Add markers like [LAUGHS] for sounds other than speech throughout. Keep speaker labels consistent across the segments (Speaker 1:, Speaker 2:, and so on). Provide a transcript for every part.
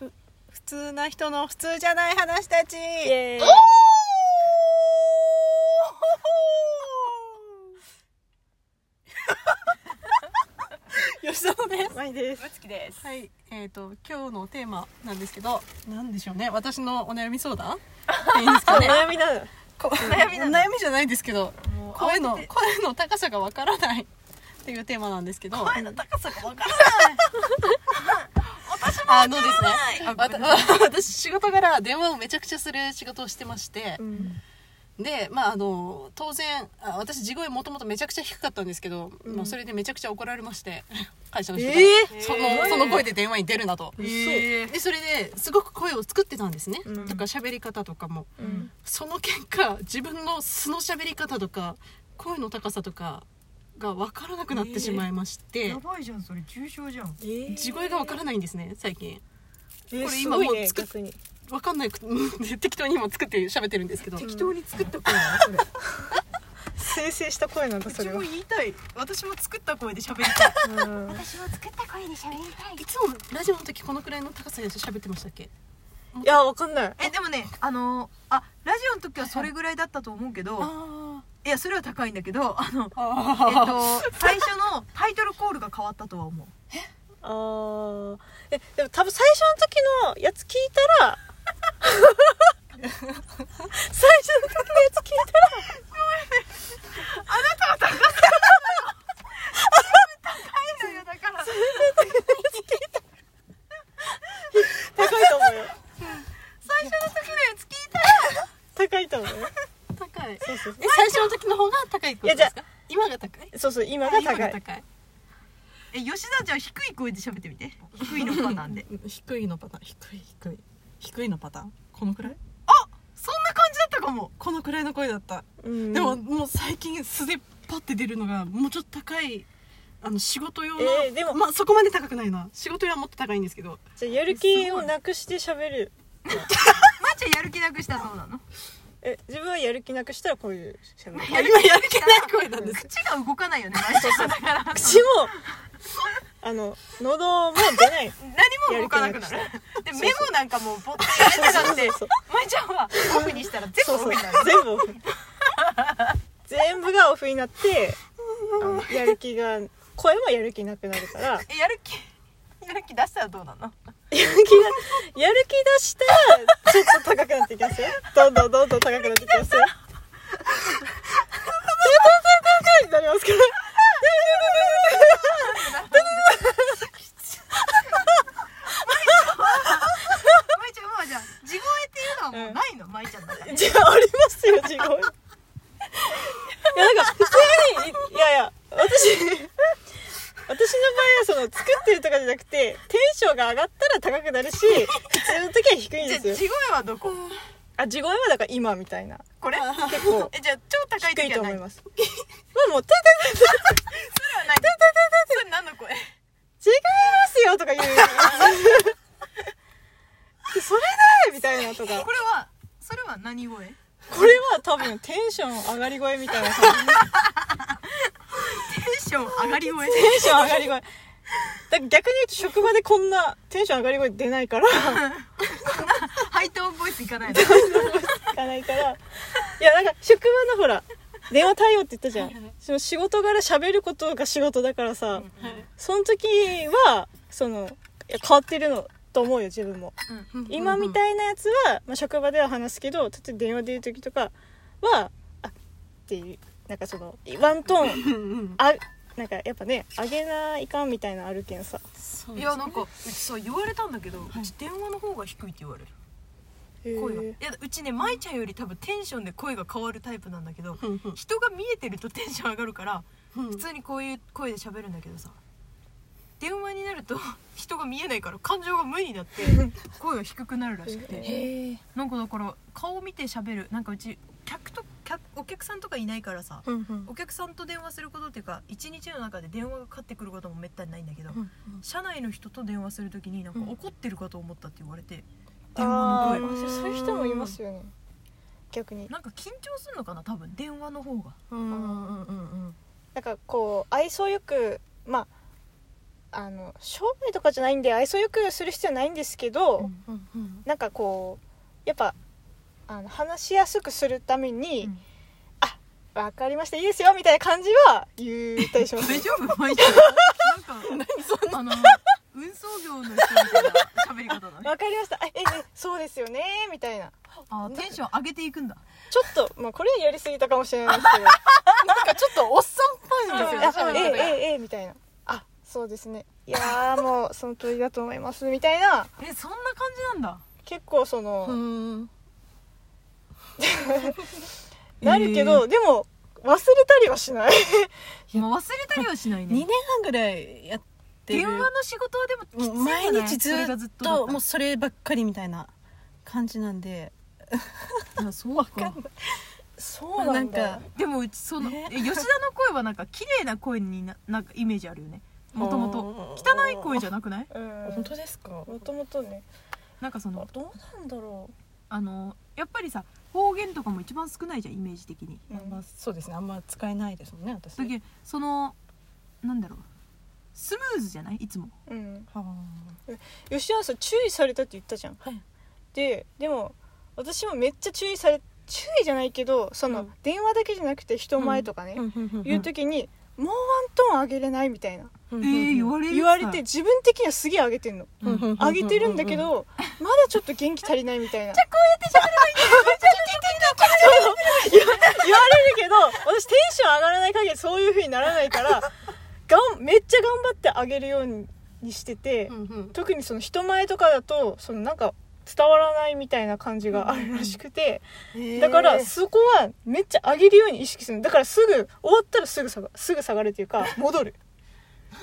Speaker 1: 普通な人の普通じゃない話たち
Speaker 2: イエーイ
Speaker 1: [LAUGHS] 吉田です
Speaker 2: マイです
Speaker 3: つきです
Speaker 1: はいえー、と今日のテーマなんですけど何でしょうね私のお悩み相 [LAUGHS] 談っていいんです
Speaker 2: お
Speaker 1: かね
Speaker 2: 悩みなの
Speaker 1: こ
Speaker 3: 悩みなの
Speaker 1: お悩みじゃないですけど
Speaker 3: もう
Speaker 1: 声の
Speaker 3: 慌てて
Speaker 1: 声の高さがわからないっていうテーマなんですけど
Speaker 3: 声の高さがわから
Speaker 1: あのですね
Speaker 3: ない
Speaker 1: わた私仕事柄電話をめちゃくちゃする仕事をしてまして、でまああの当然あ私地声もともとめちゃくちゃ低かったんですけど、
Speaker 2: うん
Speaker 1: まあ、それでめちゃくちゃ怒られまして [LAUGHS] 会社の人
Speaker 2: え
Speaker 1: が、
Speaker 2: ー
Speaker 1: その
Speaker 3: えー
Speaker 1: その声で電話に出るなと、
Speaker 3: えー
Speaker 1: でそれですごく声を作ってたんですね、
Speaker 2: うん
Speaker 1: とか喋り方とかも
Speaker 2: うん
Speaker 1: その結果自分の素の喋り方とか声の高さとかが分からなくなってしまいまして、
Speaker 3: やばいじゃんそれ重症じゃん
Speaker 2: えー
Speaker 1: 地声が分からないんですね最近
Speaker 2: えー
Speaker 1: これ
Speaker 2: す
Speaker 1: 今
Speaker 2: ごい
Speaker 1: もう
Speaker 2: ね
Speaker 1: 作っ
Speaker 2: 逆に
Speaker 1: 分かんないく [LAUGHS] 適当に今作って喋ってるんですけど
Speaker 3: 適当に作った声なのそ
Speaker 2: 生成した声なんだそ
Speaker 3: れ
Speaker 2: れ
Speaker 3: うち
Speaker 2: は
Speaker 3: も言いたい私も作った声で喋りたい
Speaker 2: うん
Speaker 3: 私も作った声で喋りたい
Speaker 1: いつもラジオの時このくらいの高さで喋ってましたっけ
Speaker 2: いやわかんない
Speaker 3: [LAUGHS] えでもねあのあラジオの時はそれぐらいだったと思うけど
Speaker 1: あ
Speaker 3: いやそれは高いんだけどあのえっ
Speaker 1: あ
Speaker 3: と最初のタイトルコールが変わったとは思う
Speaker 2: あーえでも多分最初の時のやつ聞いた
Speaker 3: [LAUGHS]
Speaker 2: ら最初の時のやつ聞いたら
Speaker 3: 高いのよだから
Speaker 2: 高いと思うよ
Speaker 3: 最初の時のやつ聞いた
Speaker 2: 高いと思うよ
Speaker 1: 高い
Speaker 2: そうそう
Speaker 1: え最初の時の方が高いってことですか今が高い
Speaker 2: そうそう今が
Speaker 1: 今
Speaker 2: 高
Speaker 1: が
Speaker 2: い
Speaker 1: 高い
Speaker 3: え吉田じゃあ低い声で喋ってみて低いのパターンで
Speaker 1: [LAUGHS] 低いのパターン低い低い低いのパターンこのくらい
Speaker 3: そんな感じだったかも
Speaker 1: このくらいの声だった、
Speaker 2: うん
Speaker 1: でももう最近素でパッて出るのがもうちょっと高いあの仕事用の、
Speaker 2: えーでも
Speaker 1: まあそこまで高くないな仕事用はもっと高いんですけど
Speaker 2: じゃあやる気をなくして喋る
Speaker 3: まーちゃんやる気なくしたらそうなの
Speaker 2: え自分はやる気なくしたらこういう喋る
Speaker 1: あ [LAUGHS] 今やる気ない声なんです
Speaker 3: 口が動かないよね毎週だから何
Speaker 2: 口もあの喉も出
Speaker 3: [LAUGHS]
Speaker 2: ない
Speaker 3: も動かなくなる
Speaker 2: や
Speaker 3: で
Speaker 2: そう
Speaker 3: 目もなんかもうぼってやれてたんで
Speaker 2: そうそう
Speaker 3: まーちゃんはオフにしたら
Speaker 2: そう
Speaker 3: 全部
Speaker 2: そう
Speaker 3: オフになる
Speaker 2: 全部オフ全部がオフになってあのやる気が声もやる気なくなる
Speaker 3: [LAUGHS]
Speaker 2: からやる
Speaker 3: えやる気やる気出したらどうなの
Speaker 2: 気がやる気出したらちょっと高くなっていきますよどんどんどんどん高くなっていきます
Speaker 3: [LAUGHS]
Speaker 2: よ高くなりますから
Speaker 3: まいちゃんはじゃあ地声っていうのはもうないの、ま
Speaker 2: [LAUGHS]
Speaker 3: いちゃんの中で
Speaker 2: じゃああります
Speaker 3: [LAUGHS]
Speaker 2: よ地声いやなんか普通にいいやいや私私の場合はその作ってるとかじゃなくてテンションが上がったら高くなるし普通の時は低いん
Speaker 3: じゃあ
Speaker 2: です
Speaker 3: 地
Speaker 2: よ
Speaker 3: 声はどこ
Speaker 2: あ地声はだから今みたいな
Speaker 3: これ
Speaker 2: 結構
Speaker 3: えじゃあ超高い
Speaker 2: 低い
Speaker 3: 時
Speaker 2: と思
Speaker 3: はないい
Speaker 2: ますまあもう「た [LAUGHS] たたた
Speaker 3: そ
Speaker 2: [LAUGHS]
Speaker 3: れはないそれ何の声
Speaker 2: 違いますよ」とか言う [LAUGHS] それだよみたいなとか
Speaker 3: これはそれは何声
Speaker 2: これは多分テンション上がり声みたいな感じ
Speaker 3: テンション上がり
Speaker 2: [LAUGHS]
Speaker 3: 声
Speaker 2: テンション上がり声だから逆に言うと職場でこんなテンション上がり声出ないから
Speaker 3: ハイトーンボイスい
Speaker 2: [LAUGHS]
Speaker 3: かないの
Speaker 2: いかないからいやなんか職場のほら電話対応って言ったじゃんその仕事柄喋ることが仕事だからさその時はそのいや変わってるのと思うよ自分も今み
Speaker 1: い
Speaker 2: たいなやつは、まあ、職場では話すけど例えば電話出る時とかはあっていうなんかそのワントー
Speaker 1: う
Speaker 2: ン
Speaker 1: んうん
Speaker 2: あなんかやっぱね上げないかんみたいなのあるけんさ
Speaker 1: そう
Speaker 3: い
Speaker 1: です
Speaker 3: やなんかうちさ言われたんだけど、うち電話の方が低いって言われる声がい
Speaker 2: へ
Speaker 3: やうちね舞ちゃんより多分テンションで声が変わるタイプなんだけど
Speaker 1: うんうん
Speaker 3: 人が見えてるとテンション上がるから
Speaker 1: うん
Speaker 3: 普通にこういう声で喋るんだけどさ電話になると [LAUGHS] 人が見えないから感情が無にな
Speaker 2: [LAUGHS]
Speaker 3: って声が低くなるらしくて
Speaker 2: え
Speaker 3: なんかだから顔見て喋るなんかうち客と客お客さんとかいないからさ
Speaker 2: うんうん
Speaker 3: お客さんと電話することっていうか一日の中で電話がかかってくることもめったにないんだけど、
Speaker 2: んうん
Speaker 3: 社内の人と電話するときになんか
Speaker 2: うん
Speaker 3: 怒ってるかと思ったって言われて、電
Speaker 2: あ
Speaker 3: 話
Speaker 2: ー
Speaker 3: の
Speaker 2: まあ
Speaker 3: 声
Speaker 2: そそういう人もいますよね逆に
Speaker 3: なんか緊張するのかな多分電話
Speaker 2: [LAUGHS]
Speaker 3: の方が
Speaker 2: うん
Speaker 1: うんうん
Speaker 2: なんかこう愛想よくまああの商売とかじゃないんで愛想よくする必要ないんですけど、
Speaker 3: うん
Speaker 1: うんうん
Speaker 2: なんかこうやっぱあの話しやすくするために
Speaker 3: うん
Speaker 2: 「あわかりましたいいですよ」みたいな感じは言ったりし [LAUGHS] ます
Speaker 3: 大丈夫毎回なん
Speaker 2: [LAUGHS]
Speaker 3: かあの運送業の人みたいな喋り方だね
Speaker 2: わかりましたあええそうですよねみたいな
Speaker 3: あテンション上げていくんだ
Speaker 2: ちょっと、まあ、これはやりすぎたかもしれないですけど
Speaker 1: なんかちょっとおっさんっぽいんですよね
Speaker 2: あ
Speaker 1: 喋り
Speaker 2: ええ
Speaker 1: 方が
Speaker 2: ええええみたいなあそうですねいやーもうその通りだと思いますみたいな
Speaker 3: えそんな感じなんだ
Speaker 2: 結構その、
Speaker 1: うん
Speaker 2: なるけど、でも忘れたりはしない
Speaker 3: もう忘れたりはしない
Speaker 1: 2年
Speaker 3: ね
Speaker 1: 半ぐらいやってる
Speaker 3: 電話の仕事はでもきつい
Speaker 1: も
Speaker 3: よ
Speaker 1: う
Speaker 3: ね
Speaker 1: 毎日ず
Speaker 3: それ
Speaker 1: っ
Speaker 3: が
Speaker 1: と
Speaker 3: ずっとだった
Speaker 1: もうそればっかりみたいな感じなんで
Speaker 3: いやそうか
Speaker 2: そう
Speaker 1: な
Speaker 2: なんんだ
Speaker 1: か
Speaker 3: でもうちその
Speaker 1: ね
Speaker 3: え吉田の声はなんか綺麗な声にななんかイメージあるよねもともと汚い声じゃなくない
Speaker 2: うん
Speaker 1: 本当ですか
Speaker 2: もともとね
Speaker 3: なんかその
Speaker 2: どうなんだろ
Speaker 3: あのやっぱりさ方言とかも一番少ないじゃんイメージ的に
Speaker 2: う、うん
Speaker 1: まあそうですねあんま使えないですもんね私
Speaker 3: だけどそのなんだろうスムーズじゃないいつも
Speaker 2: うん、
Speaker 1: は
Speaker 2: 吉原さん注意されたって言ったじゃん
Speaker 1: あはい
Speaker 2: ででも私もめっちゃ注意され注意じゃないけどその、
Speaker 1: うん
Speaker 2: 電話だけじゃなくて人前とかね、言う時に、もうワントーン上げれないみたいな
Speaker 1: え
Speaker 3: えー、言われる
Speaker 2: 言われて自分的にはすげえ上げてんの
Speaker 3: うん
Speaker 1: うん
Speaker 2: 上げてるんだけどまだちょっと元気足りないみたいな [LAUGHS] 言われるけど私テンション上がらない限りそういう風にならないからがんめっちゃ頑張って上げるようににしてて、特にその人前とかだとそのなんか伝わらないみたいな感じがあるらしくて、だからそこはめっちゃ上げるように意識するだからすぐ終わったらすぐ下がすぐ下がるっていうか戻る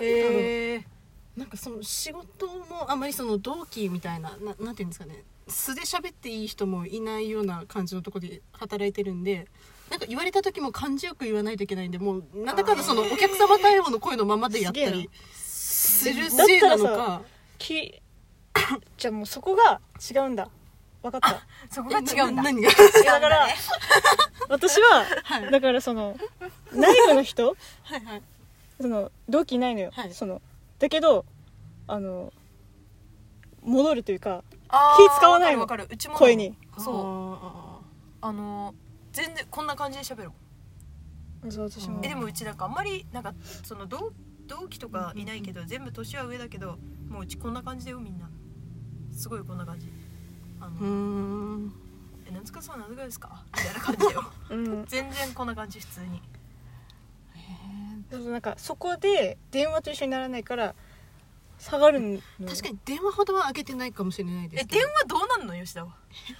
Speaker 1: えーなんかその仕事もあまりその同期みたいなななんていうんですかね素で喋っていい人もいないような感じのところで働いてるんでなんか言われた時も感じよく言わないといけないんでもうなんだかんだそのお客様対応の声のままでやった
Speaker 2: すげえな
Speaker 1: りするせいなの
Speaker 2: だったら
Speaker 1: か
Speaker 2: きじゃあもうそこが違うんだ分かった
Speaker 3: そこ
Speaker 1: え
Speaker 3: が違うん
Speaker 1: な
Speaker 3: だ
Speaker 1: 何が
Speaker 2: いやだから、私は、だからその内部の人
Speaker 1: はいはい
Speaker 2: その同期いないのよ、
Speaker 1: はい
Speaker 2: そのだけどあの戻るというか
Speaker 3: あー
Speaker 2: 気使わないの
Speaker 3: わかるわかるうちも
Speaker 2: 声に
Speaker 3: そう
Speaker 1: そ
Speaker 3: あの全然こんな感じで喋ろう
Speaker 2: そう私
Speaker 1: も
Speaker 2: も
Speaker 3: えでもうちなんかあんまりなんかその同同期とかいないけど全部年は上だけどもううちこんな感じだよみんなすごいこんな感じあ
Speaker 1: ううー
Speaker 3: の
Speaker 1: ん
Speaker 3: 「えなんつかそうなんつかですか?」みたいな感じだよ
Speaker 1: [LAUGHS]
Speaker 2: うん、
Speaker 3: 全然こんな感じ普通に
Speaker 2: そうそうなんかそこで電話と一緒にならないから下がるの
Speaker 1: 確か
Speaker 2: に
Speaker 1: に電話ほどは開けてないかもしれないで
Speaker 3: え
Speaker 1: すけ
Speaker 3: 電
Speaker 1: ど
Speaker 3: 話どうなんの吉田は
Speaker 1: え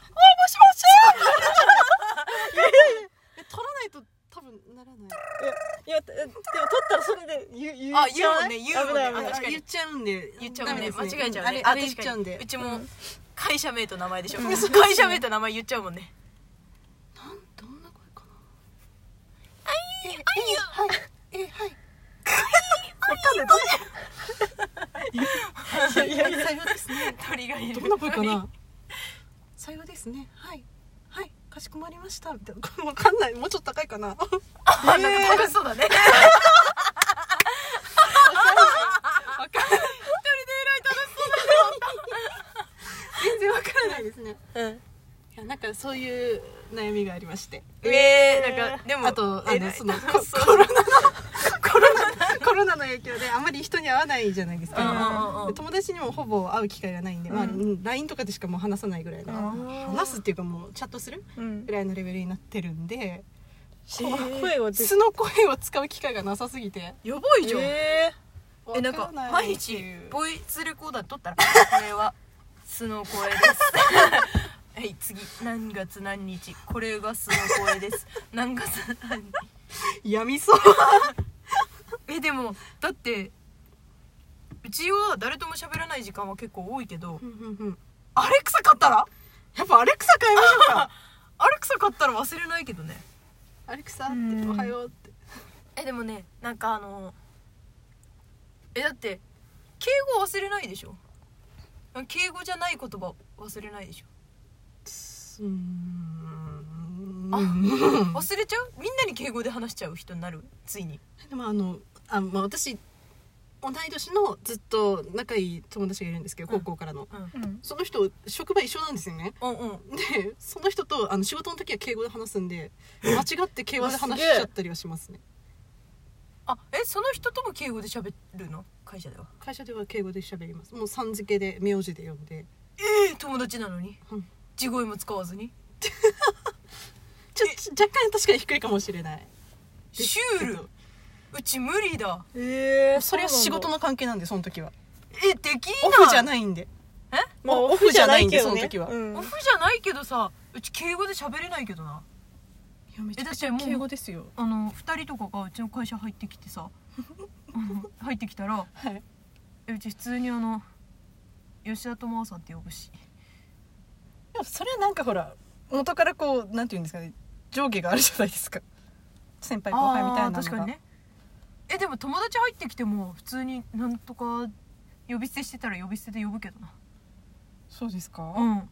Speaker 1: 取らないと多分ならない
Speaker 2: いやででも取ったらそれで言う言
Speaker 3: あ
Speaker 2: っちゃわな
Speaker 3: 言
Speaker 2: いう
Speaker 3: もんね
Speaker 2: 危ない
Speaker 3: 言うもんね
Speaker 2: 危な
Speaker 3: あ
Speaker 2: い
Speaker 3: 確かに
Speaker 1: 言っちゃうんで
Speaker 3: 言っちゃ
Speaker 1: ダ
Speaker 3: う
Speaker 1: メ
Speaker 3: ね
Speaker 1: です
Speaker 3: 間違えちゃうね
Speaker 1: あれあれ言っちゃうんで
Speaker 3: うちも
Speaker 1: ん
Speaker 3: 会社名と名前でしょ
Speaker 2: うんそうですね
Speaker 3: [LAUGHS] 会社名と名前言っちゃうもんね
Speaker 1: なんどんな声かなあいあいはいえはい
Speaker 2: いやいや
Speaker 1: 採用ですね
Speaker 3: 鳥がいる
Speaker 1: どんな声かな採用ですねはいはいかしこまりましたみたいなわかんないもうちょっと高いかな
Speaker 3: [LAUGHS] あなんか楽しそうだね一人で
Speaker 1: 全然わからないですね
Speaker 3: 偉い楽し
Speaker 1: いやなんかそういう悩みがありまして
Speaker 3: そうえーなんかでも
Speaker 1: あとあ
Speaker 3: 偉
Speaker 1: の
Speaker 3: い
Speaker 1: そのコ
Speaker 3: 楽しそう
Speaker 1: コロナのコロナコロナの影響であまり人に会わないじゃないです
Speaker 3: うんうんうん
Speaker 1: か
Speaker 3: うん
Speaker 1: で友達にもほぼ会う機会がないんで、まあ、
Speaker 2: う
Speaker 1: うんん LINE とかでしかもう話さないぐらいの
Speaker 2: あ
Speaker 1: 話すっていうかもうチャットする
Speaker 2: うん
Speaker 1: ぐらいのレベルになってるんで
Speaker 2: 声を出
Speaker 1: 素の声を使う機会がなさすぎて
Speaker 3: やばいじゃん
Speaker 2: え
Speaker 3: えなんか
Speaker 1: わらい
Speaker 3: 毎
Speaker 1: って
Speaker 3: 日
Speaker 1: いう
Speaker 3: ボイスレコーダー撮ったらこれは素の声です [LAUGHS] はい次何月何日これが素の声です [LAUGHS] 何月何日
Speaker 1: やみそう
Speaker 3: えでもだってうちは誰とも喋らない時間は結構多いけどアレクサ買ったら
Speaker 1: やっぱアレクサ買いましょうか
Speaker 3: アレクサ買ったら忘れないけどね
Speaker 1: [LAUGHS] アレクサっ
Speaker 2: う
Speaker 1: て
Speaker 2: ん
Speaker 1: おはようって
Speaker 3: えでもねなんかあのえだって敬語忘れないでしょ敬語じゃない言葉忘れないでしょ
Speaker 1: うーん
Speaker 3: あ忘れちゃうみんなに敬語で話しちゃう人になるついに
Speaker 1: でもあのあ、まあ、私同い年のずっと仲いい友達がいるんですけど
Speaker 3: うん
Speaker 1: 高校からの、
Speaker 2: うん
Speaker 1: その人職場一緒なんですよね
Speaker 3: うんうん
Speaker 1: でその人とあの仕事の時は敬語で話すんで間違って敬語で話しちゃったりはしますね
Speaker 3: あえその人とも敬語で喋るの会社では
Speaker 1: 会社では敬語で喋りますもうさん付けで名字で呼んで
Speaker 3: ええ友達なのに
Speaker 1: うん
Speaker 3: 地声も使わずに
Speaker 1: ちょちょ若干確かに低いかもしれないです
Speaker 3: シュ
Speaker 1: け
Speaker 3: ー
Speaker 1: ど
Speaker 3: ルうち無理だ
Speaker 2: ええ
Speaker 1: それは仕事の関係なんでその時は
Speaker 3: えできん
Speaker 1: オフじゃ
Speaker 3: ない
Speaker 1: ないんで
Speaker 3: え
Speaker 2: まあ
Speaker 1: オ
Speaker 2: オ
Speaker 1: フ
Speaker 2: フ
Speaker 1: じ
Speaker 2: じ
Speaker 1: ゃ
Speaker 2: ゃ
Speaker 1: な
Speaker 2: ないい
Speaker 1: ん
Speaker 2: け
Speaker 1: で
Speaker 2: どね
Speaker 1: その時は
Speaker 2: うん
Speaker 3: オフじゃないけどさうち敬語で喋れないけどない
Speaker 1: やめ
Speaker 3: ちゃくちゃ敬語
Speaker 1: ですよ
Speaker 3: あの2人とかがうちの会社入ってきて [LAUGHS] さあの入ってきたら
Speaker 1: はい
Speaker 3: えうち普通にあの吉田智さんって呼ぶし
Speaker 1: でもそれはなんかほら元からこうなんていうんですかね上下があるじゃないですか先輩後輩みたいなの
Speaker 3: あ
Speaker 1: が
Speaker 3: ー確かにねえでも友達入ってきても普通になんとか呼び捨てしてたら呼び捨てで呼ぶけどな
Speaker 1: そうですか、
Speaker 3: うん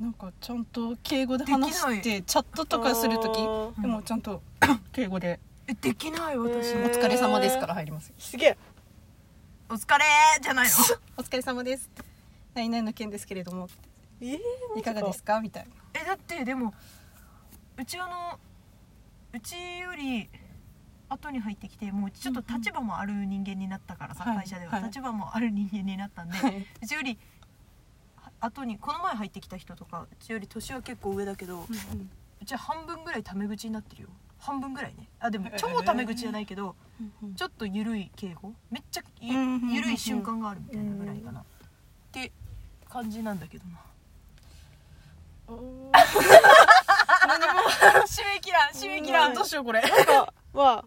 Speaker 1: なんかちゃんと敬語で話
Speaker 3: で
Speaker 1: し
Speaker 3: きな
Speaker 1: てチャットとかする時
Speaker 2: あー
Speaker 1: でもちゃんと敬語で
Speaker 3: えできない
Speaker 1: 「
Speaker 3: 私、
Speaker 1: お
Speaker 2: へー
Speaker 1: 疲れ様です」から入りますよ
Speaker 2: すげえ
Speaker 3: お疲れーじゃないの
Speaker 1: 「お疲れ様です」「何々の件ですけれども
Speaker 2: ええ
Speaker 1: いかがですか?」みたいな
Speaker 3: えだってでもうちあのうちより後に入ってきてもうちょっと立場もある人間になったからさ、
Speaker 1: はい
Speaker 3: 会社では、
Speaker 1: はい
Speaker 3: 立場もある人間になったんで、
Speaker 1: はい、
Speaker 3: うちよりは後にこの前入ってきた人とかうちより年は結構上だけどうちは半分ぐらいタメ口になってるよ半分ぐらいねあでも超タメ口じゃないけど、ちょっと緩い敬語めっちゃゆ
Speaker 1: うんうんうん
Speaker 3: 緩い瞬間があるみたいなぐらいかな、って感じなんだけどな [LAUGHS] 締め切らん締め切らん
Speaker 1: どうしようこれ
Speaker 2: なんかまあ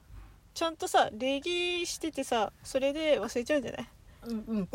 Speaker 2: ちゃんとさ礼儀しててさそれで忘れちゃうんじゃない
Speaker 1: うんうん